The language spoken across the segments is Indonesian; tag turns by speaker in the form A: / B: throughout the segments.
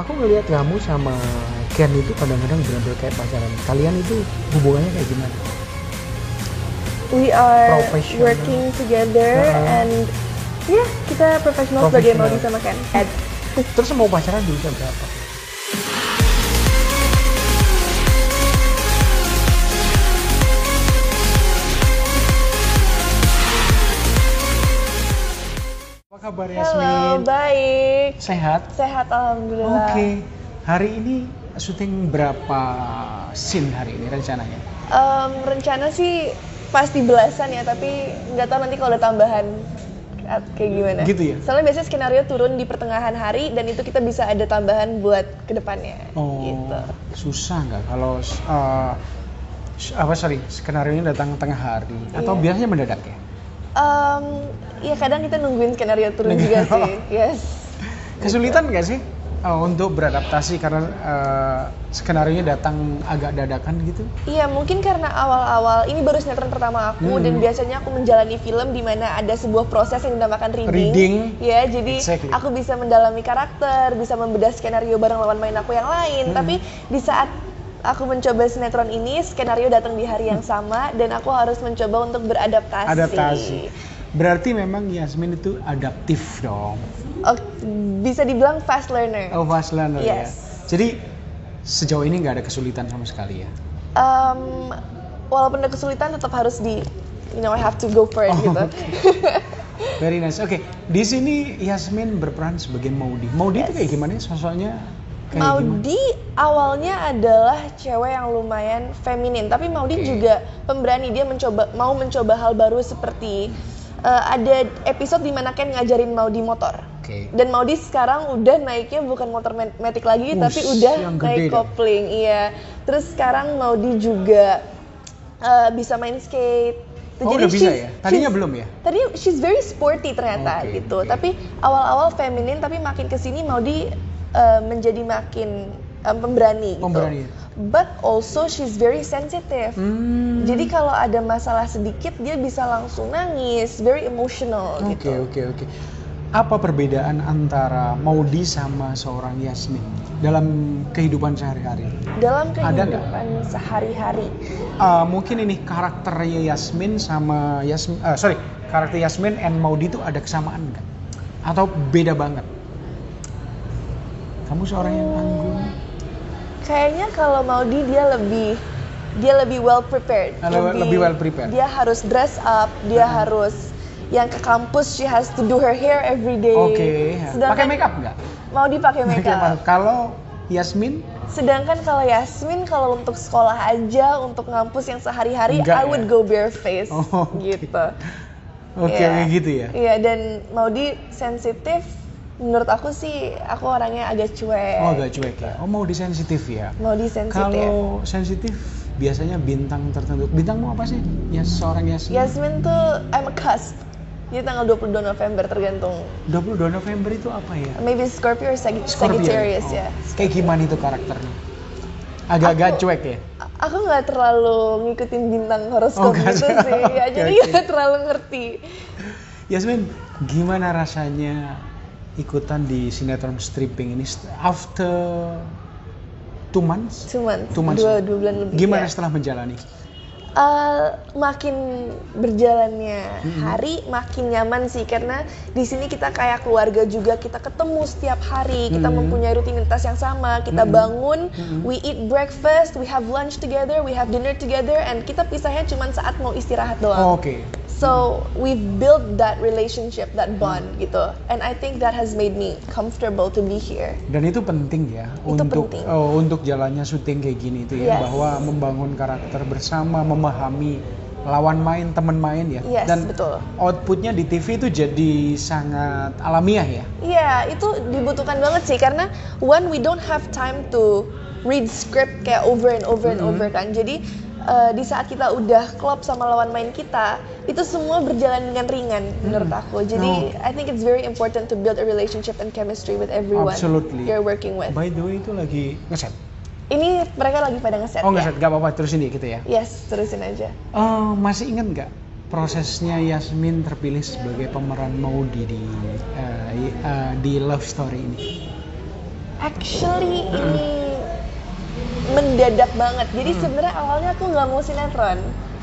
A: aku ngelihat kamu sama Ken itu kadang-kadang benar-benar kayak pacaran kalian itu hubungannya kayak gimana
B: we are
A: Professional.
B: working together
A: Uh-uh.
B: and ya kita profesional sebagai
A: Professional.
B: Maudi sama Ken. Ed.
A: Eh, terus mau pacaran di usia berapa apa kabar
B: Halo,
A: Yasmin
B: baik.
A: sehat
B: Sehat
A: Oke,
B: alhamdulillah.
A: hari ini syuting berapa scene hari ini rencananya?
B: Em, rencana sih pasti belasan ya, tapi nggak tahu nanti kalau ada tambahan at- kayak gimana.
A: Gitu ya?
B: Soalnya biasanya skenario turun di pertengahan hari dan itu kita bisa ada tambahan buat kedepannya.
A: Oh,
B: Gitu.
A: susah nggak kalau uh, s- apa sorry skenario ini datang tengah hari atau
B: Iya.
A: biasanya mendadak ya?
B: Em, ya kadang kita nungguin skenario turun juga sih. Yes. Gitu.
A: Kesulitan nggak sih uh, untuk beradaptasi karena uh, skenario nya datang agak dadakan gitu?
B: Iya, mungkin karena awal-awal ini baru sinetron pertama
A: Hmm.
B: aku dan biasanya aku menjalani film di mana ada sebuah proses yang dinamakan reading.
A: Reading.
B: Ya, jadi
A: Exactly.
B: aku bisa mendalami karakter, bisa membedah skenario bareng lawan main aku yang
A: Hmm.
B: lain. Tapi di saat aku mencoba sinetron ini, skenario datang di hari yang sama dan aku harus mencoba untuk beradaptasi.
A: Hmm. Adaptasi. Berarti memang Yasmin itu adaptif dong.
B: Oh, bisa dibilang fast learner.
A: Oh, fast learner ya.
B: Yes.
A: Jadi sejauh ini nggak ada kesulitan sama sekali ya?
B: Em, walaupun ada kesulitan tetap harus di you know I have to go for
A: Oh,
B: it gitu.
A: Very nice. Oke, di sini Yasmin berperan sebagai Maudi. Maudi itu kayak gimana? sih? Sosoknya kayak gimana?
B: Maudi awalnya adalah cewek yang lumayan feminin, tapi Maudi
A: Oke.
B: juga pemberani. Dia mencoba mau mencoba hal baru seperti eh, ada episode di mana Ken ngajarin Maudi motor.
A: Oke.
B: Dan Maudi sekarang udah naiknya bukan motor ma- matic lagi,
A: Wush,
B: tapi udah
A: yang gede
B: naik
A: dong.
B: kopling. Iya. Terus sekarang Maudi juga eh, bisa main skate.
A: Oh, udah bisa
B: she's-
A: ya? Tadinya
B: she's-
A: belum ya?
B: Tadi she's very sporty ternyata
A: Oke,
B: gitu.
A: oke.
B: Tapi awal-awal feminin tapi makin kesini Maudi eh, menjadi makin eh, pemberani gitu.
A: Pemberani. ya?
B: But also she's very sensitive.
A: Hmm.
B: Jadi kalau ada masalah sedikit dia bisa langsung nangis, very emotional
A: Oh, Oke,
B: gitu.
A: oke, oke. Apa perbedaan antara Maudi sama seorang Yasmin dalam kehidupan sehari-hari?
B: Dalam
A: Ada nggak?
B: kehidupan sehari-hari.
A: Eh, mungkin ini karakternya Yasmin sama Yasmin, eh, sorry, karakter Yasmin and Maudi itu ada kesamaan nggak? Atau beda banget? Kamu seorang yang anggun.
B: Kayaknya kalau Maudi dia lebih dia lebih well prepared.
A: Ah, le- lebih well prepared. Ah.
B: Dia harus dress up, dia harus yang ke kampus she has to do her hair every day.
A: Oke. iya. ya. Pakai make up nggak?
B: Maudi pakai make
A: Pakai
B: up.
A: mask. Kalau Yasmin,
B: Sedangkan kalau Yasmin kalau untuk sekolah aja, untuk ngampus yang sehari-hari
A: Enggak
B: I
A: ya?
B: would go bare face
A: Oh, oke.
B: gitu.
A: oke
B: Iya.
A: kayak gitu ya.
B: Iya, dan Maudi sensitif menurut aku sih aku orangnya agak cuek.
A: Oh agak cuek ya. Oh mau disensitif ya.
B: Maudi sensitif.
A: Kalau sensitif biasanya bintang tertentu. Bintangmu apa sih? Ya seorang Yasmin.
B: Yasmin tuh I'm a cusp. Jadi tanggal 22 November tergantung
A: 22 November itu apa ya?
B: maybe Scorpio or Sag-
A: Scorpio.
B: Sagittarius
A: Oh.
B: ya.
A: Kayak gimana itu karakternya? Agak-agak
B: Aku-
A: cuek ya.
B: A- Aku nggak terlalu ngikutin bintang
A: Oh,
B: horoskop
A: nggak
B: gitu
A: terlalu.
B: sih, ya,
A: Oke,
B: jadi
A: oke.
B: nggak terlalu ngerti.
A: Yasmin, gimana rasanya ikutan di sinetron stripping ini st- after two months?
B: Cuman
A: Two months.
B: dua, dua bulan lebih.
A: Gimana
B: ya.
A: setelah menjalani?
B: Eh, makin berjalannya hari makin nyaman sih karena di sini kita kayak keluarga juga kita ketemu setiap hari kita
A: Mm-mm.
B: mempunyai rutinitas yang sama kita bangun we eat breakfast we have lunch together we have dinner together and kita pisahnya cuma saat mau istirahat doang
A: Oke.
B: so we've built that relationship that bond gitu and I think that has made me comfortable to be here
A: Dan itu penting ya
B: Itu
A: untuk
B: penting.
A: eh, untuk jalannya syuting kayak gini itu ya
B: Yes.
A: bahwa membangun karakter bersama, memahami lawan main, teman main ya.
B: yes
A: Dan
B: betul
A: outputnya di TV itu jadi sangat alamiah ya.
B: Iya, itu dibutuhkan banget sih karena one we don't have time to read script kayak over and over
A: Mm-hmm.
B: and over kan. Jadi eh, di saat kita udah klop sama lawan main kita, itu semua berjalan dengan ringan menurut
A: Mm-hmm.
B: aku. Jadi
A: Oh.
B: I think it's very important to build a relationship and chemistry with everyone
A: Absolutely.
B: you're working with.
A: By the way itu lagi ngeset.
B: Ini mereka lagi pada ngeset
A: Oh
B: ya.
A: ngeset, gak apa-apa terus ini gitu ya.
B: Yes, terusin aja.
A: Eh, masih ingat nggak prosesnya Yasmin terpilih sebagai pemeran Maudi di eh, i- eh, di Love Story ini?
B: actually ini mendadak banget. Jadi
A: Mm-hmm.
B: sebenarnya awalnya aku nggak mau sinetron,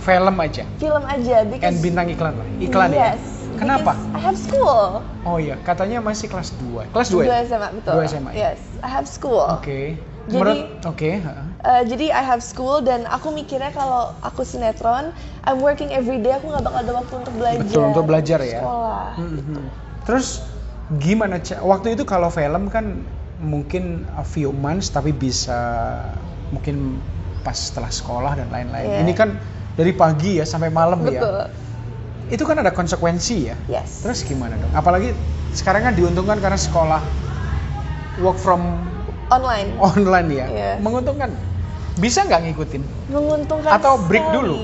A: Film aja.
B: film aja. Because
A: And bintang iklan lah. Iklan ya.
B: yes,
A: Kenapa?
B: because I have school.
A: Oh iya, katanya masih kelas 2. Kelas 2
B: Dua
A: ya?
B: SMA betul.
A: Dua SMA ya?
B: Yes, I have school.
A: Oke.
B: Jadi-
A: Menurut oke, heeh.
B: Eh, jadi I have school dan aku mikirnya kalau aku sinetron, I'm working every day, aku nggak bakal ada waktu untuk belajar.
A: Betul, untuk belajar ya.
B: Sekolah.
A: Mhm. Terus gimana ca- waktu itu kalau film kan mungkin a few months tapi bisa mungkin pas setelah sekolah dan lain-lain.
B: Iya.
A: Ini kan dari pagi ya sampai malam
B: Betul.
A: ya. Itu kan ada konsekuensi ya.
B: Yes.
A: Terus gimana dong? Apalagi sekarang kan diuntungkan karena sekolah work from
B: online
A: online ya.
B: Iya.
A: Menguntungkan. Bisa nggak ngikutin?
B: menguntungkan
A: Atau break
B: sekali.
A: dulu?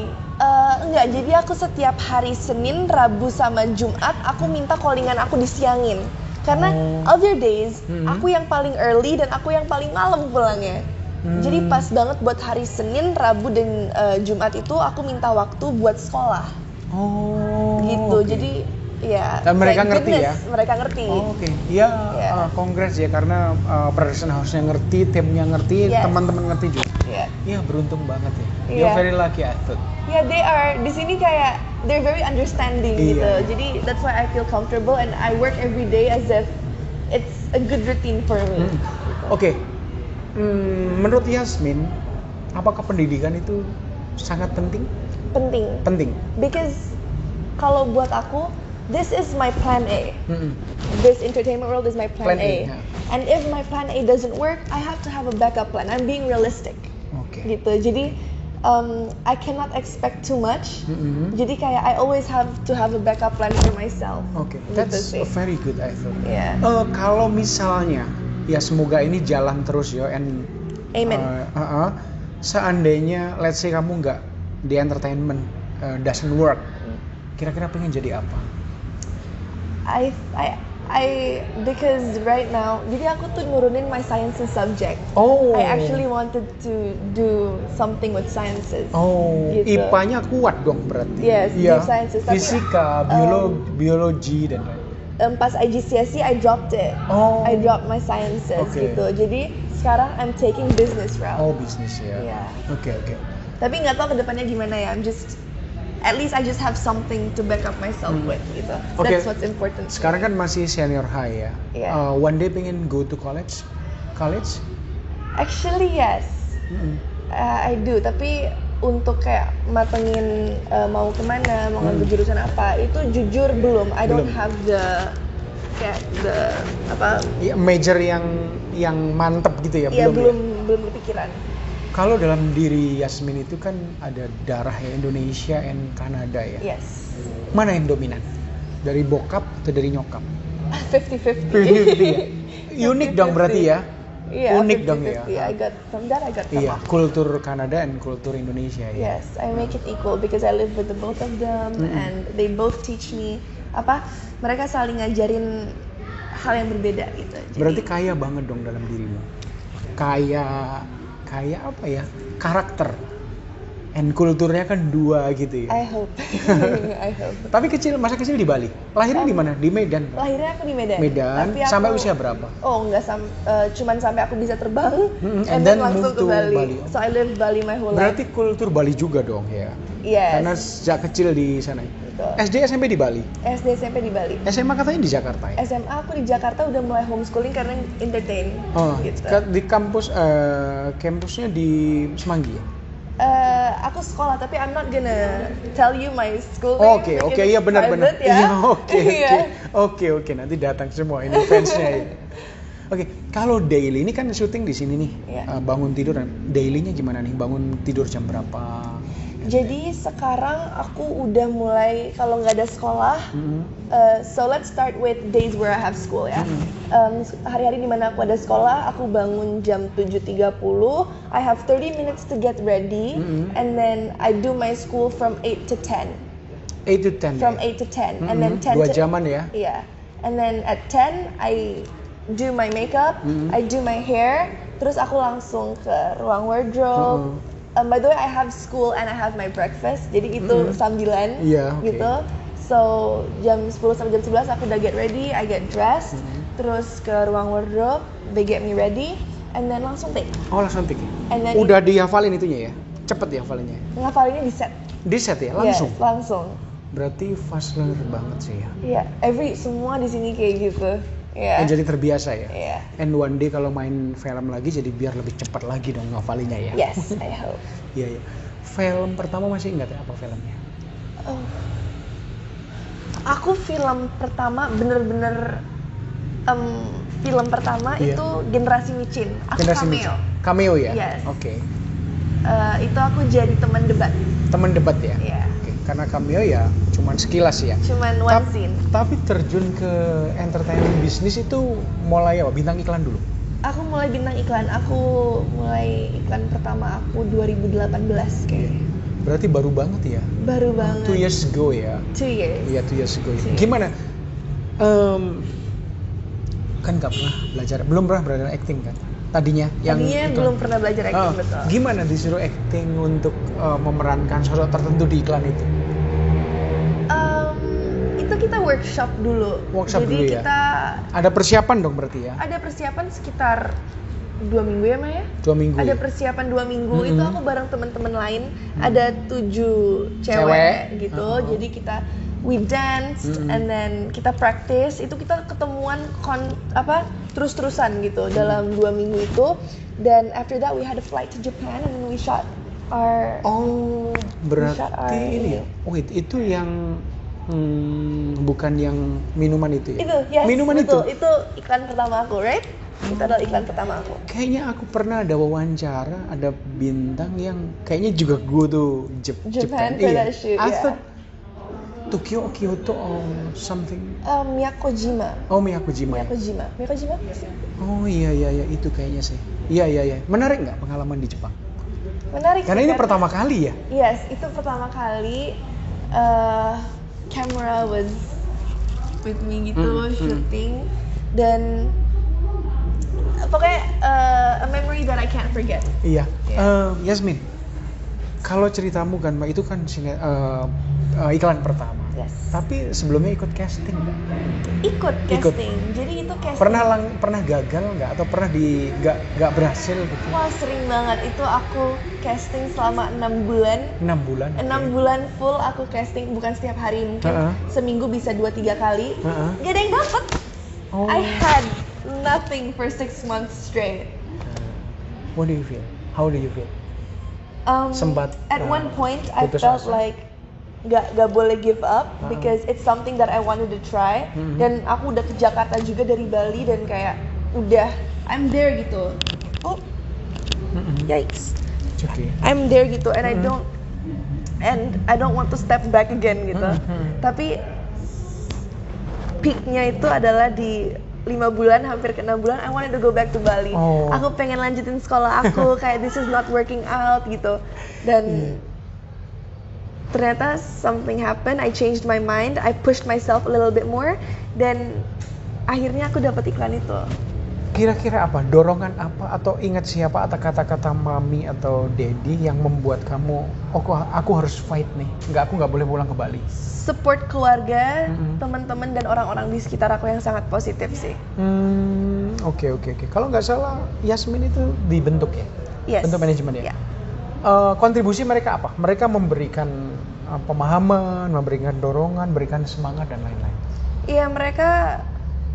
B: Eh, enggak, jadi aku setiap hari Senin, Rabu sama Jumat aku minta callingan aku disiangin. Karena
A: Oh.
B: other days
A: Mhm.
B: aku yang paling early dan aku yang paling malam pulangnya. Jadi
A: Hmm.
B: pas banget buat hari Senin, Rabu dan eh, Jumat itu aku minta waktu buat sekolah
A: Oh.
B: gitu.
A: oke.
B: Jadi ya
A: Dan mereka
B: thank
A: ngerti
B: goodness, mereka ngerti.
A: Oh, Oke, ya
B: Ya.
A: uh, kongres ya karena uh, production house-nya ngerti, timnya ngerti,
B: Yes.
A: teman-teman ngerti juga.
B: Ya.
A: Iya beruntung banget ya.
B: Iya.
A: You're very lucky atut.
B: Ya, they are di sini kayak they're very understanding
A: Iya.
B: gitu. Jadi that's why I feel comfortable and I work every day as if it's a good routine for me.
A: Hmm. Oke, Hmm, menurut Yasmin, apakah pendidikan itu sangat penting?
B: Penting
A: Penting.
B: because kalau buat aku this is my plan A.
A: Mm-mm.
B: This entertainment world is my plan,
A: Plan A,
B: A.
A: yeah.
B: And if my plan A doesn't work, I have to have a backup plan. I'm being realistic
A: Oke.
B: gitu. Jadi um, I cannot expect too much.
A: Mm-mm.
B: Jadi kayak I always have to have a backup plan for myself.
A: Oke,
B: Gitu
A: that's
B: sih.
A: very good I thought.
B: Yeah.
A: Eh, kalau misalnya, ya semoga ini jalan terus yo and
B: Amen.
A: eh, eh, eh, seandainya let's say kamu nggak di entertainment eh, doesn't work, kira-kira pengen jadi apa?
B: I I I because right now jadi aku tuh nurunin my sciences subject.
A: Oh.
B: I actually wanted to do something with sciences.
A: Oh,
B: Gitu.
A: IPA-nya kuat dong berarti.
B: Yes,
A: Iya.
B: deep sciences, tapi, um,
A: Fisika, biolo- biologi dan lain.
B: Em, Um, pas IGCSE E, I dropped it.
A: Oh.
B: I dropped my sciences
A: Oke.
B: gitu. Jadi sekarang I'm taking business route.
A: Oh, bisnis ya. Oke,
B: Iya.
A: oke.
B: Tapi nggak tahu kedepannya gimana ya. I'm just at least I just have something to back up myself with gitu.
A: Oke.
B: That's what's important. to
A: Hmm. Sekarang
B: me.
A: kan masih senior high ya.
B: Iya.
A: Eh, one day pengen go to college? College?
B: actually yes.
A: Mm-mm.
B: Uh, I do, tapi untuk kayak matengin uh, mau kemana, mau ngambil jurusan apa, itu jujur belum. I don't
A: Hmm. Belum.
B: have the kayak the apa?
A: Iya, major yang yang mantep gitu ya,
B: Ya
A: belum,
B: belum
A: ya?
B: belum kepikiran.
A: Kalau dalam diri Yasmin itu kan ada darah ya Indonesia and Kanada ya.
B: Yes,
A: Mana yang dominan? Dari bokap atau dari nyokap?
B: 50-50.
A: ya. Unik dong berarti ya.
B: Iya,
A: Unik dong ya.
B: 50-50. I got from that I got from
A: Iya, kultur Kanada dan kultur Indonesia ya.
B: Yes, I make it equal because I live with the both of them
A: Hmm.
B: and they both teach me apa? Mereka saling ngajarin hal yang berbeda gitu. Jadi,
A: Berarti kaya banget dong dalam dirimu. Kaya kaya apa ya? Karakter. And kulturnya kan dua gitu ya.
B: I hope, I hope.
A: Tapi kecil masa kecil di Bali. Lahirnya di mana? Di Medan.
B: lahirnya aku di Medan.
A: Medan
B: Tapi aku-
A: sampai usia berapa?
B: Oh, enggak sam eh, cuman sampai aku bisa terbang
A: Mm-mm,
B: and,
A: and then
B: then langsung
A: move
B: ke
A: to
B: Bali.
A: Bali.
B: So I live Bali my whole life.
A: Berarti kultur Bali juga dong ya.
B: Yes. gitu.
A: Karena Eh. sejak kecil di sana.
B: Betul.
A: SD SMP di Bali.
B: SD SMP di Bali.
A: SMA katanya di Jakarta ya.
B: SMA aku di Jakarta udah mulai homeschooling karena entertain
A: Oh,
B: gitu.
A: ke- di kampus eh, kampusnya di Semanggi ya.
B: Eh, aku sekolah tapi I'm not gonna tell you my school. name
A: Oke,
B: because
A: oke,
B: it's
A: iya benar-benar.
B: private Ya.
A: Iya, oke,
B: Iya.
A: oke, oke, oke. Nanti datang semua ini fansnya. ya. Oke, kalau daily ini kan syuting di sini nih,
B: Iya.
A: Eh, bangun tidur dan dailynya gimana nih? Bangun tidur jam berapa?
B: Jadi sekarang aku udah mulai kalau nggak ada sekolah,
A: Mm-mm.
B: Uh, so let's start with days where I have school ya. Um, hari-hari di mana aku ada sekolah, aku bangun jam 7.30. I have 30 minutes to get ready
A: Mhm.
B: and then I do my school from 8 to 10.
A: 8 to 10.
B: From
A: ya?
B: 8 to 10 and then
A: Mm-mm,
B: 10
A: Dua
B: to
A: jaman ya.
B: Yeah. And then at 10 I do my makeup,
A: Mhm.
B: I do my hair, terus aku langsung ke ruang wardrobe.
A: Mm-hmm.
B: Um, by the way, I have school and I have my breakfast. Jadi itu
A: Mhm.
B: sambilan
A: Iya, oke.
B: gitu. So jam 10 sampai jam 11 aku udah get ready, I get dressed.
A: Mhm.
B: terus ke ruang wardrobe they get me ready and then langsung take
A: Oh langsung tik.
B: and then
A: Udah dihafalin itunya ya? Cepet dihafalinnya.
B: ngafalinnya di set
A: Di set ya
B: Yes,
A: langsung.
B: langsung
A: Berarti fast learner banget sih ya.
B: ya every semua di sini kayak gitu
A: Dan
B: ya
A: jadi terbiasa ya.
B: ya
A: And one day kalau main film lagi jadi biar lebih cepat lagi dong ngafalinnya ya.
B: yes I hope
A: Iya iya. Film pertama masih ingat ya apa filmnya?
B: Oh. Aku film pertama bener-bener em, film pertama
A: Iya.
B: itu Generasi Micin. Aku cameo.
A: Micin. Cameo ya?
B: Yes.
A: Oke.
B: Eh, itu aku jadi teman debat.
A: Teman debat ya.
B: Iya.
A: Oke. Karena cameo ya cuman sekilas ya.
B: Cuman one
A: Tap-
B: scene.
A: Tapi terjun ke entertainment bisnis itu mulai apa? Bintang iklan dulu.
B: Aku mulai bintang iklan. Aku mulai iklan pertama aku 2018 kayak.
A: Berarti baru banget ya.
B: Baru banget.
A: Iya. Two years ago ya.
B: Two years.
A: Iya two years ago. ya.
B: Two years.
A: Gimana? Em, kan nggak pernah belajar, belum pernah belajar acting kan? Tadinya yang
B: Tadinya
A: iklan.
B: belum pernah belajar acting
A: Ah,
B: betul.
A: Gimana disuruh acting untuk eh, memerankan sosok tertentu di iklan itu?
B: Em, itu kita workshop dulu.
A: Workshop
B: jadi
A: dulu ya.
B: kita
A: Ada persiapan dong berarti ya?
B: ada persiapan sekitar dua minggu ya Maya?
A: Dua minggu.
B: ada
A: ya?
B: persiapan dua minggu
A: Mm-mm.
B: itu aku bareng teman-teman lain ada tujuh cewek,
A: Cewek.
B: gitu
A: Uh-huh.
B: jadi kita we danced
A: Mm-mm.
B: and then kita practice itu kita ketemuan kon apa terus-terusan gitu dalam dua minggu itu dan after that we had a flight to Japan and then we shot our
A: Oh, berarti
B: Bisa,
A: ini ya? Oh, itu, itu yang hmm, bukan yang minuman itu ya?
B: itu yes
A: minuman
B: betul.
A: itu. Hmm.
B: itu iklan pertama aku right itu adalah iklan pertama aku
A: Kayaknya aku pernah ada wawancara, ada bintang yang kayaknya juga gue tuh Jep- Jepang.
B: Japan
A: Iya.
B: production,
A: I
B: ya.
A: thought Tokyo, or Kyoto, or something.
B: Eh, Miyakojima
A: Oh, Miyakojima. ya?
B: Miyakojima Miyakojima
A: Oh iya iya iya itu kayaknya sih. Iya iya iya. Menarik nggak pengalaman di Jepang?
B: menarik
A: Karena
B: sih,
A: ini pertama kali ya.
B: Yes, itu pertama kali eh camera was with me gitu
A: Mm, mm.
B: shooting dan pokoknya eh, a memory that I can't forget.
A: Iya.
B: Iya.
A: Eh, Yasmin, kalau ceritamu kan Mbak, itu kan sine- eh, eh, iklan pertama.
B: Yes.
A: Tapi sebelumnya ikut casting nggak?
B: Ikut
A: Ikut.
B: casting. Jadi itu casting.
A: Pernah lang pernah gagal nggak atau pernah di nggak nggak berhasil gitu?
B: Wah, sering banget itu aku casting selama enam bulan.
A: Enam bulan.
B: Enam
A: oke.
B: bulan full aku casting bukan setiap hari mungkin
A: Uh-uh.
B: seminggu bisa dua tiga kali.
A: Uh-uh.
B: Gak ada yang dapet.
A: Oh.
B: I had nothing for six months straight.
A: What do you feel? How do you feel?
B: Um,
A: Sempat,
B: at
A: uh,
B: one point I
A: putus
B: felt
A: asa.
B: like gak gak boleh give up
A: Uh-uh.
B: because it's something that I wanted to try
A: Mhm.
B: dan aku udah ke Jakarta juga dari Bali dan kayak udah I'm there gitu oh
A: Mm-mm.
B: yikes
A: It's okay.
B: I'm there gitu and I
A: Mhm.
B: don't and I don't want to step back again gitu
A: Mhm.
B: tapi peaknya itu adalah di lima bulan hampir ke enam bulan I wanted to go back to Bali
A: Oh.
B: aku pengen lanjutin sekolah aku kayak this is not working out gitu dan ternyata something happened I changed my mind I pushed myself a little bit more dan akhirnya aku dapat iklan itu
A: Kira-kira apa? Dorongan apa atau ingat siapa atau kata-kata mami atau daddy yang membuat kamu aku aku harus fight nih. Nggak aku nggak boleh pulang ke Bali.
B: support keluarga
A: Mhm.
B: teman-teman dan orang-orang di sekitar aku yang sangat positif sih
A: Hmm, oke oke oke. Kalau nggak salah Yasmin itu dibentuk ya.
B: yes Iya.
A: Bentuk manajemen ya?
B: Yeah.
A: Eh, kontribusi mereka apa? Mereka memberikan eh, pemahaman, memberikan dorongan, berikan semangat dan lain-lain.
B: Iya mereka,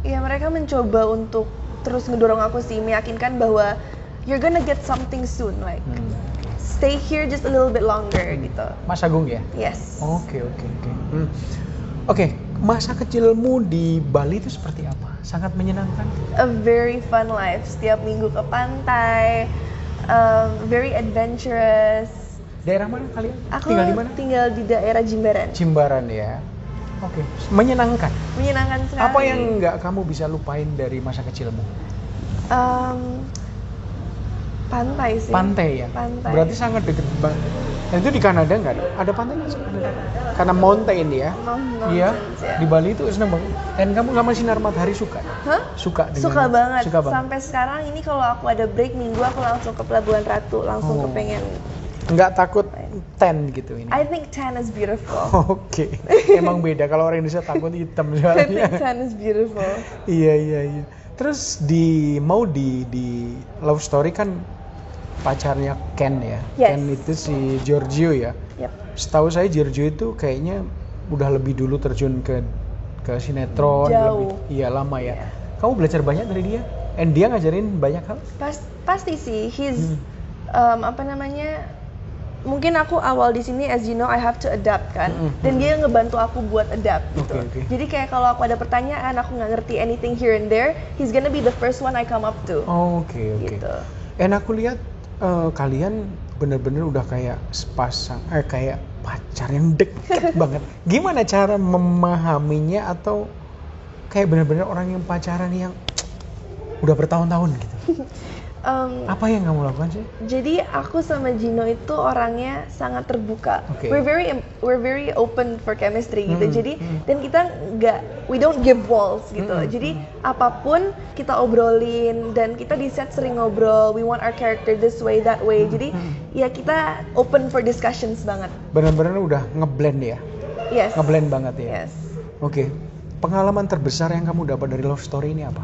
B: ya mereka mencoba untuk terus ngedorong aku sih, meyakinkan bahwa you're gonna get something soon, like
A: Hmm.
B: stay here just a little bit longer gitu.
A: Mas Agung ya?
B: Yes.
A: Oke oke oke. Hmm. Oke, masa kecilmu di Bali itu seperti apa? Sangat menyenangkan.
B: A very fun life. Setiap minggu ke pantai, um, very adventurous.
A: Daerah mana kalian?
B: Aku
A: Tinggal di mana?
B: tinggal di daerah Jimbaran.
A: Jimbaran ya. Oke, menyenangkan.
B: Menyenangkan sekali.
A: Apa yang nggak kamu bisa lupain dari masa kecilmu?
B: Um, pantai sih.
A: Pantai ya.
B: Pantai.
A: Berarti sangat deket banget. Dan itu di Kanada nggak ada? Ada pantai nggak sih? Kanada. Karena mountain ya.
B: Mountains,
A: Iya.
B: ya.
A: Di Bali itu seneng banget. Dan kamu sama sinar matahari suka?
B: Hah?
A: Suka dengan
B: suka banget.
A: Iya. Suka banget.
B: sampai sekarang ini kalau aku ada break minggu aku langsung ke Pelabuhan Ratu langsung
A: Oh.
B: kepengen
A: Nggak takut 10 gitu ini.
B: I think tan is beautiful.
A: Oke. Emang beda kalau orang Indonesia takut hitam
B: I
A: soalnya.
B: think tan is beautiful.
A: Iya iya iya. Terus di mau di di love story kan pacarnya Ken ya.
B: Yes.
A: Ken itu si Giorgio ya.
B: Yep.
A: Setahu saya Giorgio itu kayaknya udah lebih dulu terjun ke ke sinetron.
B: Jauh.
A: Lebih, iya lama ya.
B: Iya.
A: Kamu belajar banyak dari dia? And dia ngajarin banyak hal?
B: Pas, pasti sih, he's
A: Hmm.
B: um, apa namanya? Mungkin aku awal di sini, as you know, I have to adapt kan.
A: Mm-mm.
B: Dan dia ngebantu aku buat adapt gitu.
A: Hmm, Oke, oke.
B: Jadi kayak kalau aku ada pertanyaan, aku nggak ngerti anything here and there, he's gonna be the first one I come up to.
A: Oh, Oke oke.
B: Gitu.
A: And aku lihat eh, kalian bener-bener udah kayak sepasang, eh kayak pacar yang deket banget. Gimana cara memahaminya atau kayak bener-bener orang yang pacaran yang udah bertahun-tahun gitu?
B: Um,
A: Apa yang kamu lakukan sih?
B: jadi aku sama Gino itu orangnya sangat terbuka.
A: Oke.
B: We're very we're very open for chemistry
A: Hmm,
B: gitu. Jadi
A: hmm.
B: dan kita nggak we don't give walls gitu.
A: Hmm,
B: Jadi apapun kita obrolin dan kita di set sering ngobrol. We want our character this way
A: Hmm,
B: that way. Jadi ya kita open for discussions banget.
A: Bener-bener udah ngeblend ya,
B: Yes.
A: ngeblend banget ya.
B: Yes.
A: Oke, pengalaman terbesar yang kamu dapat dari love story ini apa?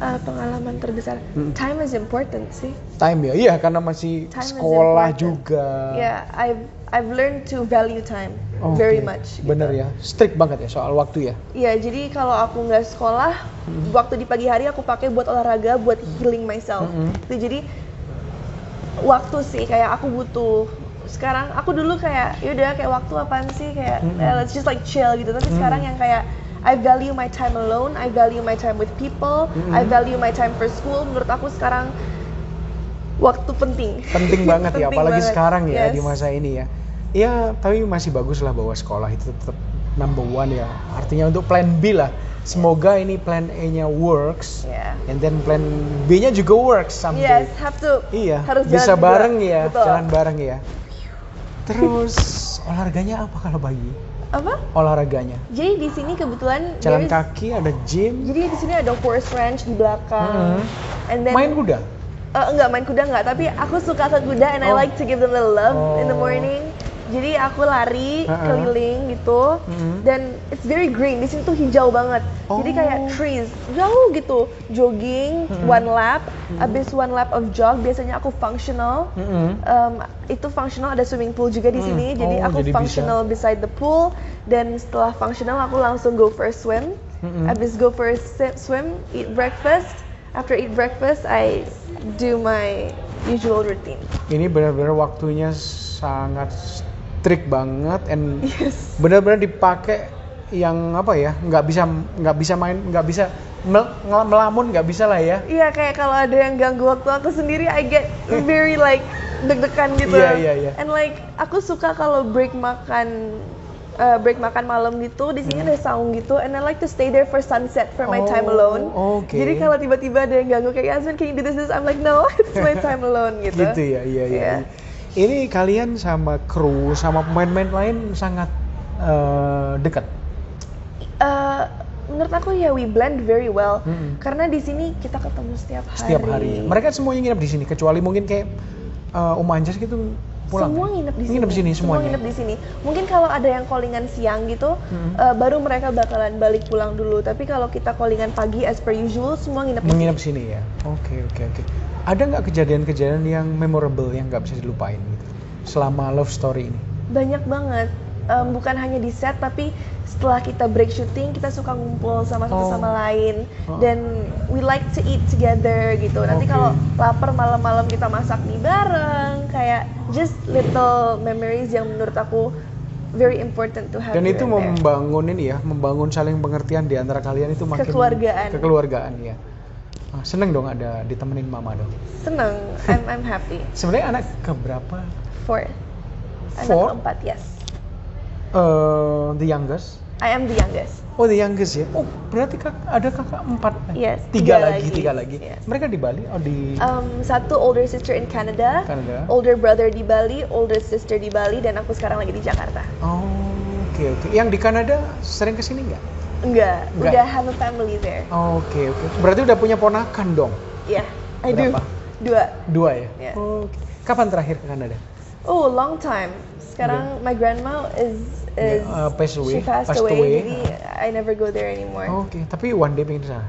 B: Ah, pengalaman terbesar.
A: Hmm.
B: Time is important sih.
A: Time ya, iya karena masih
B: Time is
A: sekolah
B: important.
A: juga.
B: Yeah, I've I've learned to value time
A: Oh, Oke,
B: very much. gitu.
A: Bener ya, strict banget ya soal waktu ya.
B: Ya, jadi kalau aku nggak sekolah,
A: Hmm.
B: waktu di pagi hari aku pakai buat olahraga, buat healing myself.
A: Mm-mm.
B: Itu jadi waktu sih kayak aku butuh. Sekarang aku dulu kayak yaudah kayak waktu apaan sih kayak
A: Mm-mm.
B: eh, let's just like chill gitu.
A: Hmm.
B: Tapi sekarang yang kayak I value my time alone, I value my time with people,
A: Mm-mm.
B: I value my time for school. Menurut aku sekarang waktu penting.
A: penting banget ya
B: Penting
A: apalagi
B: banget.
A: sekarang ya
B: Yes.
A: di masa ini ya ya tapi masih bagus lah bahwa sekolah itu tetap number one ya artinya untuk plan B lah semoga ini plan A nya works
B: Yeah.
A: and then plan B nya juga works someday
B: Iya. Yes, have to.
A: iya
B: harus
A: bisa
B: jalan berdua.
A: bareng ya
B: Betul.
A: jalan bareng ya terus olahraganya apa kalau pagi
B: Apa?
A: olahraganya
B: Jadi di sini kebetulan
A: jalan
B: there is-
A: kaki ada gym
B: Jadi di sini ada horse ranch di
A: Mhm.
B: belakang. And then
A: main kuda
B: Eh, enggak main kuda enggak, tapi aku suka ke kuda and I
A: Oh.
B: like to give them the love in the
A: Oh.
B: morning. Jadi aku lari
A: Ha-ha.
B: keliling gitu.
A: Mhm.
B: Dan it's very green. Di sini tuh hijau banget. Jadi kayak
A: Oh.
B: trees. Jauh gitu. Jogging
A: Mhm.
B: one lap, habis one lap of jog biasanya aku functional.
A: Mm-mm.
B: Em, itu functional ada swimming pool juga di
A: Hmm.
B: sini. Jadi
A: Oh,
B: aku
A: jadi bisa.
B: functional beside the pool dan setelah functional aku langsung go for a swim.
A: Mm-mm.
B: Abis go for a si- swim, eat breakfast. After eat breakfast, I do my usual routine.
A: ini benar-benar waktunya sangat strict banget and
B: Yes.
A: benar-benar dipakai yang apa ya nggak bisa nggak bisa main nggak bisa mel- ngel- melamun nggak bisa lah ya
B: Iya kayak kalau ada yang ganggu waktu aku sendiri, I get very like deg-degan gitu.
A: Iya, iya, iya.
B: And like aku suka kalau break makan eh, break makan malam gitu, di sini ada saung gitu, and I like to stay there for sunset for my time
A: Hmm. Oh,
B: alone.
A: oke.
B: Jadi kalau tiba-tiba ada yang ganggu kayak Yasmin, can you do this this? I'm like no, it's my time alone gitu.
A: gitu ya iya iya
B: Iya.
A: ini kalian sama kru sama pemain-pemain lain sangat eh, dekat
B: Eh, menurut aku ya we blend very well
A: Mm-mm.
B: karena di sini kita ketemu setiap hari.
A: Hmm. setiap hari mereka semuanya nginep di sini kecuali mungkin kayak eh, Om Anjas gitu pulang
B: semua
A: kan?
B: nginep di sini.
A: nginep sini
B: semua
A: semuanya
B: nginep di sini. Mungkin kalau ada yang callingan siang gitu
A: Mm-mm.
B: eh, baru mereka bakalan balik pulang dulu. Tapi kalau kita callingan pagi as per usual semua nginep di
A: menginap sini ya oke oke oke ada nggak kejadian-kejadian yang memorable yang nggak bisa dilupain gitu selama love story ini
B: banyak banget Em, bukan hanya di set tapi setelah kita break syuting kita suka ngumpul sama satu
A: Oh.
B: sama lain
A: Oh.
B: dan we like to eat together gitu nanti
A: Oke.
B: kalau lapar malam-malam kita masak mie bareng kayak just little memories yang menurut aku very important to have
A: Dan
B: here
A: itu
B: and there.
A: membangun ini ya, membangun saling pengertian di antara kalian itu makin
B: Kekeluargaan.
A: kekeluargaan, ya. Ah, Seneng dong ada ditemenin mama dong.
B: seneng I'm I'm happy
A: Sebenarnya anak keberapa?
B: four anak
A: Four?
B: keempat yes
A: Eh, the youngest.
B: I am the youngest
A: Oh the youngest ya. Oh berarti kak, ada kakak empat. eh,
B: Yes,
A: Tiga, lagi,
B: Iya, tiga lagi. Iya. Eh,
A: tiga lagi.
B: Yes.
A: Mereka di Bali, oh di
B: Em, Um, satu older sister in Canada
A: Kanada.
B: older brother di Bali older sister di Bali dan aku sekarang lagi di Jakarta
A: Oh oke oke. Yang di Kanada sering kesini nggak?
B: Enggak,
A: Enggak.
B: udah have a family there.
A: Oh, Oke oke. Berarti udah punya ponakan dong,
B: Ya, I do.
A: Berapa?
B: Dua.
A: dua ya.
B: Yes.
A: Oke. Kapan terakhir ke Kanada?
B: oh long time. Sekarang my grandma is is
A: Yeah, uh, passed away.
B: Eh, she passed,
A: Passed
B: away,
A: away.
B: Jadi I never go there anymore.
A: Oh, Oke, tapi one day pengen ke sana.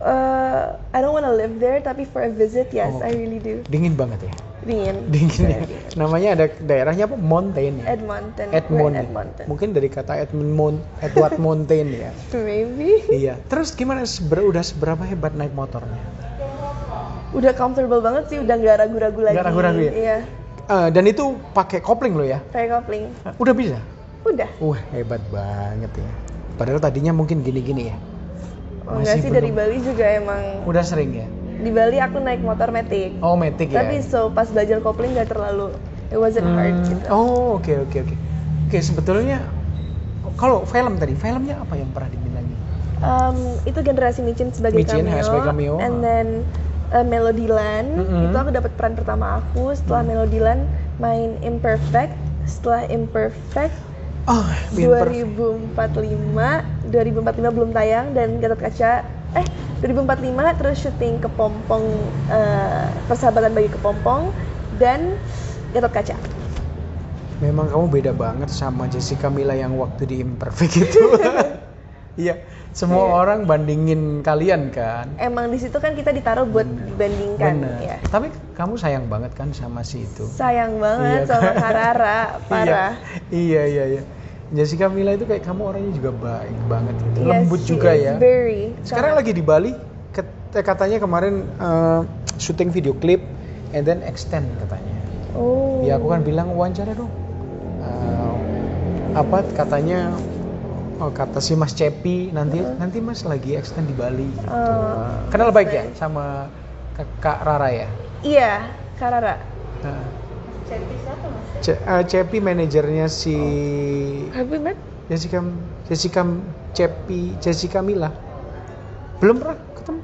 B: Uh, I don't want to live there, tapi for a visit, yes,
A: Oh.
B: I really do.
A: Dingin banget ya.
B: Dingin.
A: Dingin ya.
B: iya.
A: Namanya ada daerahnya apa? Mountain ya.
B: Edmonton. We're in
A: Edmond. ya?
B: Edmonton.
A: Mungkin dari kata Edmund Mount, Edward Mountain ya.
B: Maybe.
A: Iya. Terus gimana? Seber, udah seberapa hebat naik motornya?
B: Udah comfortable banget sih, udah nggak ragu-ragu lagi.
A: Nggak ragu-ragu ya?
B: Iya,
A: Eh, dan itu pakai kopling lo ya?
B: pakai kopling.
A: Udah bisa?
B: Udah.
A: Wah hebat banget ya. Padahal tadinya mungkin gini-gini ya.
B: Oh,
A: Masih
B: enggak sih dari
A: belum.
B: Bali juga emang.
A: Udah sering ya.
B: Di Bali aku naik motor metik.
A: Oh metik ya.
B: Tapi so pas belajar kopling nggak terlalu it wasn't hard
A: Hmm,
B: gitu.
A: Oh oke oke oke. Oke sebetulnya kalau film tadi filmnya apa yang pernah diminati?
B: Um, itu generasi Micin sebagai
A: Micin,
B: cameo,
A: ya, sebagai cameo.
B: and then uh, Melodiland
A: Mm-mm. Mm.
B: itu aku dapat peran pertama aku setelah Melodiland main Imperfect setelah Imperfect
A: Oh, Winter.
B: 2045 2045 belum tayang dan Gatot Kaca eh 2045 terus syuting ke Pompong eh, persahabatan bagi Kepompong dan Gatot Kaca
A: Memang kamu beda banget sama Jessica Mila yang waktu di Imperfect itu. Iya, semua
B: Iya.
A: orang bandingin kalian kan.
B: emang di situ kan kita ditaruh buat dibandingkan
A: Bener.
B: ya
A: Tapi kamu sayang banget kan sama si itu.
B: sayang
A: Iya.
B: banget sama Harara parah
A: Iya, iya, iya. iya. Jessica Mila itu kayak kamu orangnya juga baik banget gitu.
B: Yes,
A: Lembut
B: she
A: juga ya.
B: is Iya very
A: Sekarang
B: sangat.
A: lagi di Bali, ket- eh, katanya kemarin eh, syuting video klip and then extend katanya.
B: oh
A: Ya aku kan bilang wawancara dong. Eh, apa katanya oh, kata si Mas Cepi nanti nanti Mas lagi extend di Bali. Gitu.
B: Oh,
A: Kenal baik ya
B: baik.
A: sama Kak Rara ya.
B: iya Harara
A: Nah. Cepi siapa Mas? Cepi manajernya si
B: have we met
A: Jessica Jessica Cepi Jessica Mila. Belum pernah ketemu.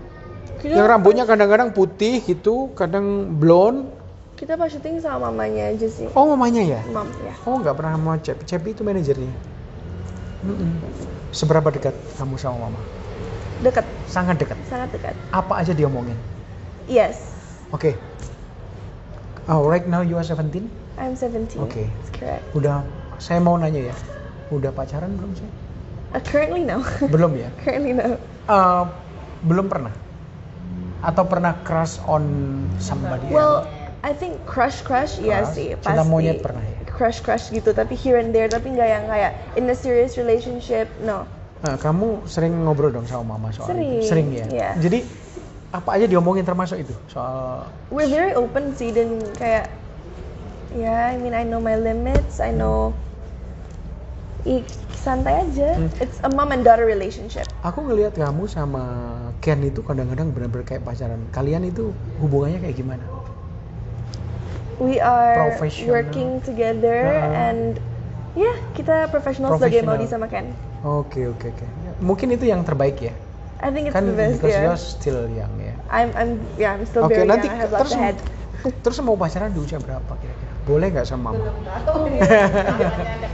B: kita
A: Yang rambutnya kadang-kadang putih gitu, kadang blonde.
B: kita pas syuting sama mamanya aja sih
A: Oh, mamanya ya?
B: mam ya
A: Oh, nggak pernah sama Cepi. Cepi itu manajernya. Mm-mm. Seberapa dekat kamu sama mama?
B: dekat
A: Sangat dekat.
B: sangat dekat
A: Apa aja diomongin?
B: yes
A: Oke. Oh, right now you are 17?
B: I'm 17
A: Okay.
B: that's correct
A: Udah, saya mau nanya ya. Udah pacaran belum sih?
B: Uh, currently no.
A: Belum ya?
B: currently no.
A: Eh, belum pernah? Atau pernah crush on somebody else?
B: Well, I think crush crush iya
A: Crush.
B: sih
A: Cinta
B: pasti.
A: monyet pernah ya?
B: Crush crush gitu tapi here and there tapi nggak yang kayak in a serious relationship no.
A: Nah, kamu sering ngobrol dong sama mama soal itu?
B: Sering,
A: Sering ya?
B: iya.
A: Jadi, apa aja diomongin termasuk itu? Soal
B: We're very open sih dan kayak ya I mean I know my limits I know Ih, santai aja.
A: Hmm.
B: It's a mom and daughter relationship.
A: Aku ngelihat kamu sama Ken itu kadang-kadang benar-benar kayak pacaran. Kalian itu hubungannya kayak gimana?
B: We are
A: Professional.
B: working together
A: Ah.
B: and ya kita profesional sebagai
A: Professional.
B: Maudi sama Ken.
A: Oke oke oke. Ya, Mungkin itu yang terbaik ya.
B: I think it's
A: Kan
B: the best
A: because
B: yeah.
A: you're still young ya.
B: I'm I'm yeah I'm still
A: Oke
B: very
A: nanti
B: young. I have lots
A: terus
B: ahead.
A: terus mau pacaran di usia berapa kira-kira? Boleh nggak sama mama?
B: Oh,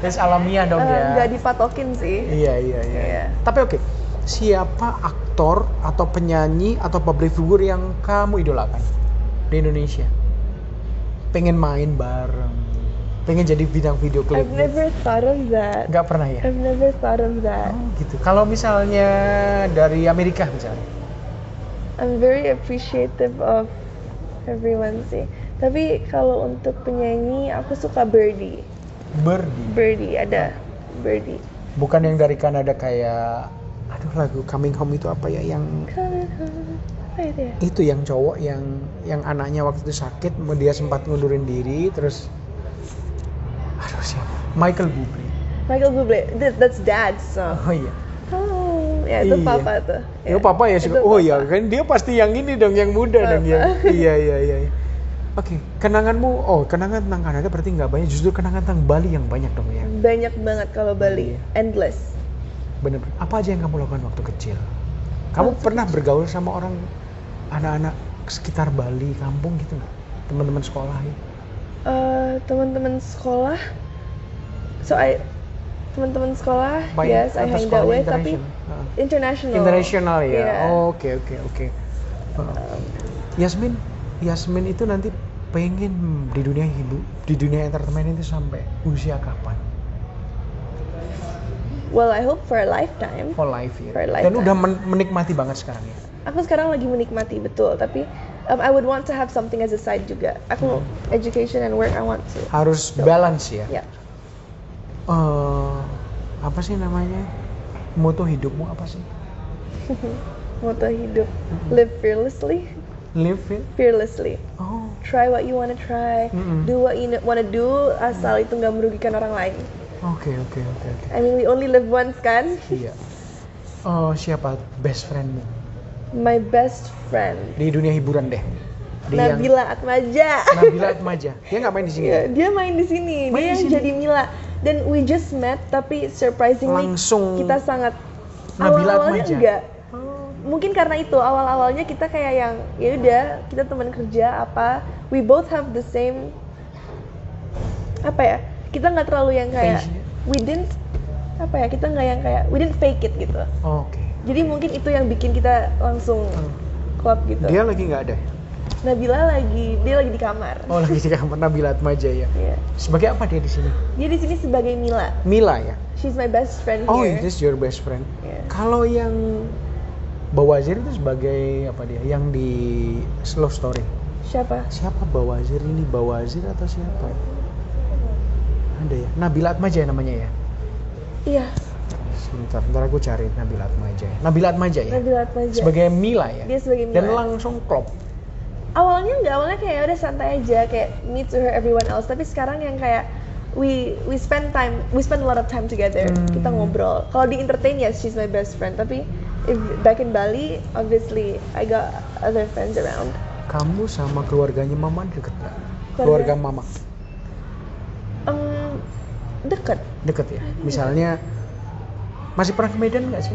A: Terus alamiah dong
B: Eh,
A: ya.
B: nggak dipatokin sih.
A: Iya iya iya.
B: Iya.
A: Tapi oke. Siapa aktor atau penyanyi atau public figure yang kamu idolakan di Indonesia? Pengen main bareng, pengen jadi bidang video klip.
B: I've never thought of that.
A: Nggak pernah ya?
B: I've never thought of that.
A: Oh, gitu. Kalau misalnya dari Amerika misalnya.
B: I'm very appreciative of everyone sih. Tapi kalau untuk penyanyi, aku suka Birdie.
A: Birdie.
B: Birdie ada Birdie.
A: Bukan yang dari Kanada kayak aduh lagu Coming Home itu apa ya yang
B: Coming home. Apa itu ya?
A: itu yang cowok yang yang anaknya waktu itu sakit dia sempat ngundurin diri terus aduh siapa Michael Bublé
B: Michael Bublé. That- that's dad song.
A: oh iya
B: Oh, ya itu
A: Iya.
B: papa tuh.
A: ya papa ya suka
B: itu
A: oh
B: papa.
A: iya kan dia pasti yang ini dong yang muda dong ya
B: Papa.
A: iya iya iya iya. oke kenanganmu oh kenangan tentang Kanada berarti nggak banyak justru kenangan tentang Bali yang banyak dong ya
B: Banyak banget kalau Bali.
A: Iya.
B: Endless.
A: bener apa aja yang kamu lakukan waktu kecil kamu pernah bergaul sama orang anak-anak sekitar Bali kampung gitu nggak teman-teman sekolah ya
B: Eh, teman-teman sekolah so I teman-teman sekolah
A: Baik,
B: yes
A: ya? atau
B: I hang
A: sekolah
B: that way tapi
A: international? Heeh.
B: international
A: international ya
B: Yeah.
A: Oh, oke oke oke Heeh. Yasmin Yasmin itu nanti pengen di dunia hidup di dunia entertainment itu sampai usia kapan
B: Well, I hope for a lifetime.
A: for life ya
B: For a
A: dan
B: lifetime.
A: udah men- menikmati banget sekarang ya
B: Aku sekarang lagi menikmati betul, tapi um, I would want to have something as a side juga.
A: Hmm.
B: Aku education and work I want to.
A: harus balance ya
B: Yeah.
A: Eh, apa sih namanya moto hidupmu apa sih
B: Moto hidup. Live fearlessly,
A: live it
B: fearlessly.
A: oh
B: Try what you want to try.
A: Mm-mm.
B: Do what you want to do asal
A: Hmm.
B: itu nggak merugikan orang lain.
A: oke oke oke oke
B: I mean, we only live once kan?
A: iya Eh, siapa best friendmu
B: My best friend,
A: di dunia hiburan deh Di yang-
B: Nabila Atmaja.
A: Nabila Atmaja dia nggak main di sini
B: Iya, dia main di sini.
A: Main di
B: dia yang
A: sini.
B: jadi Mila. Dan we just met tapi surprisingly
A: Langsung
B: kita sangat
A: Nabila
B: awal-awalnya
A: Atmaja.
B: enggak.
A: Oh,
B: Mungkin karena itu awal-awalnya kita kayak yang ya udah kita teman kerja apa we both have the same apa ya? Kita nggak terlalu yang kayak
A: Passion.
B: we didn't apa ya? Kita nggak yang kayak we didn't fake it gitu.
A: oke
B: Jadi mungkin itu yang bikin kita langsung klop gitu.
A: Hmm. dia lagi nggak ada
B: Nabila lagi dia lagi di kamar.
A: oh lagi di kamar Nabila Atmaja ya
B: Iya.
A: sebagai apa dia di sini
B: Dia di sini sebagai Mila.
A: Mila ya
B: She's my best friend
A: oh
B: here.
A: this your best friend
B: Yeah.
A: kalau yang Bawazir itu sebagai apa dia yang di slow story
B: Siapa?
A: siapa Bawazir ini Bawazir atau siapa ada ya Nabila Atmaja namanya ya
B: Iya,
A: sebentar ntar aku cari Nabila Atmaja ya. Nabila Atmaja ya
B: Nabila Atmaja.
A: sebagai Mila ya
B: Dia sebagai Mila.
A: dan langsung klop
B: awalnya nggak, awalnya kayak ya udah santai aja, kayak me to her everyone else. Tapi sekarang yang kayak we we spend time, we spend a lot of time together.
A: Hmm.
B: Kita ngobrol. Kalau di entertain yes, she's my best friend. Tapi if back in Bali, obviously I got other friends around.
A: kamu sama keluarganya Mama deket gak? keluarga
B: Keluarga-
A: Mama
B: Um, deket,
A: deket ya misalnya masih pernah ke Medan nggak sih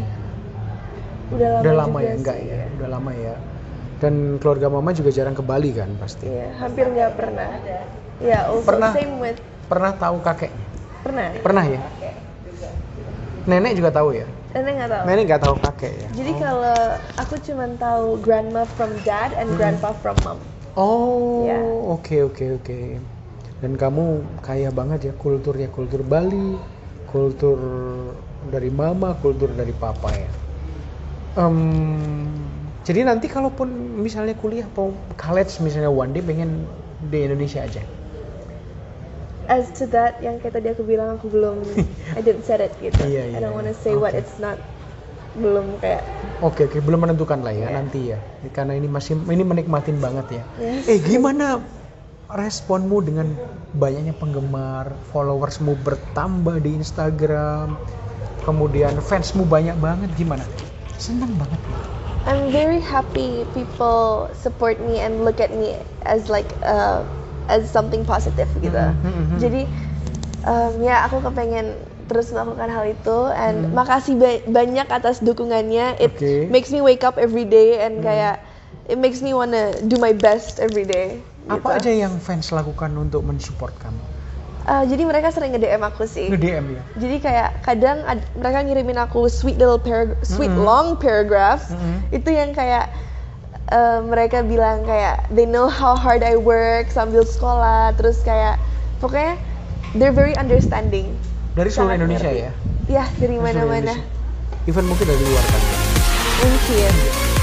B: udah lama,
A: udah lama
B: juga
A: ya enggak
B: sih,
A: ya
B: iya.
A: udah lama ya dan keluarga mama juga jarang ke Bali kan pasti
B: Iya, hampir nggak pernah. Ya, also
A: Pernah.
B: same with
A: pernah tahu kakeknya
B: pernah.
A: pernah ya nenek juga tahu ya
B: Nenek nggak tahu.
A: nenek nggak tahu kakek ya
B: Jadi kalau aku cuma tahu grandma from dad and
A: Hmm.
B: grandpa from mom.
A: oh
B: Iya.
A: oke oke oke dan kamu kaya banget ya kulturnya kultur Bali kultur dari mama kultur dari papa ya Em, jadi nanti kalaupun misalnya kuliah atau college misalnya one day pengen di Indonesia aja
B: As to that yang kayak tadi aku bilang aku belum I didn't said it gitu.
A: Iya,
B: I don't
A: iya,
B: wanna
A: iya.
B: say what
A: Oke.
B: it's not belum kayak
A: Oke oke belum menentukan lah ya
B: Iya.
A: nanti ya karena ini masih ini menikmatin banget ya.
B: Yes.
A: Eh gimana responmu dengan banyaknya penggemar, followersmu bertambah di Instagram, kemudian fansmu banyak banget gimana? Seneng banget ya.
B: Iya, I'm very happy people support me and look at me as like uh, as something positive gitu.
A: Mhm, mhm.
B: Jadi um, ya aku kepengen terus melakukan hal itu and makasih ba- banyak atas dukungannya.
A: Mm-hmm.
B: It
A: Oke. Mm-hmm.
B: makes me wake up every day and kayak it makes me wanna do my best every day.
A: Apa
B: gitu.
A: aja yang fans lakukan untuk mensupport kamu?
B: Uh, jadi mereka sering nge DM aku sih.
A: Nge DM ya.
B: Jadi kayak kadang ad- mereka ngirimin aku sweet little parag- sweet
A: Mm-mm.
B: long paragraphs.
A: Mm-mm.
B: Itu yang kayak eh, mereka bilang kayak they know how hard I work sambil sekolah. Terus kayak pokoknya they're very understanding.
A: Dari seluruh
B: Sangat
A: Indonesia
B: ngerti.
A: ya.
B: Ya dari
A: Dari seluruh
B: mana-mana
A: Indonesia. Even mungkin dari luar kan.
B: mungkin.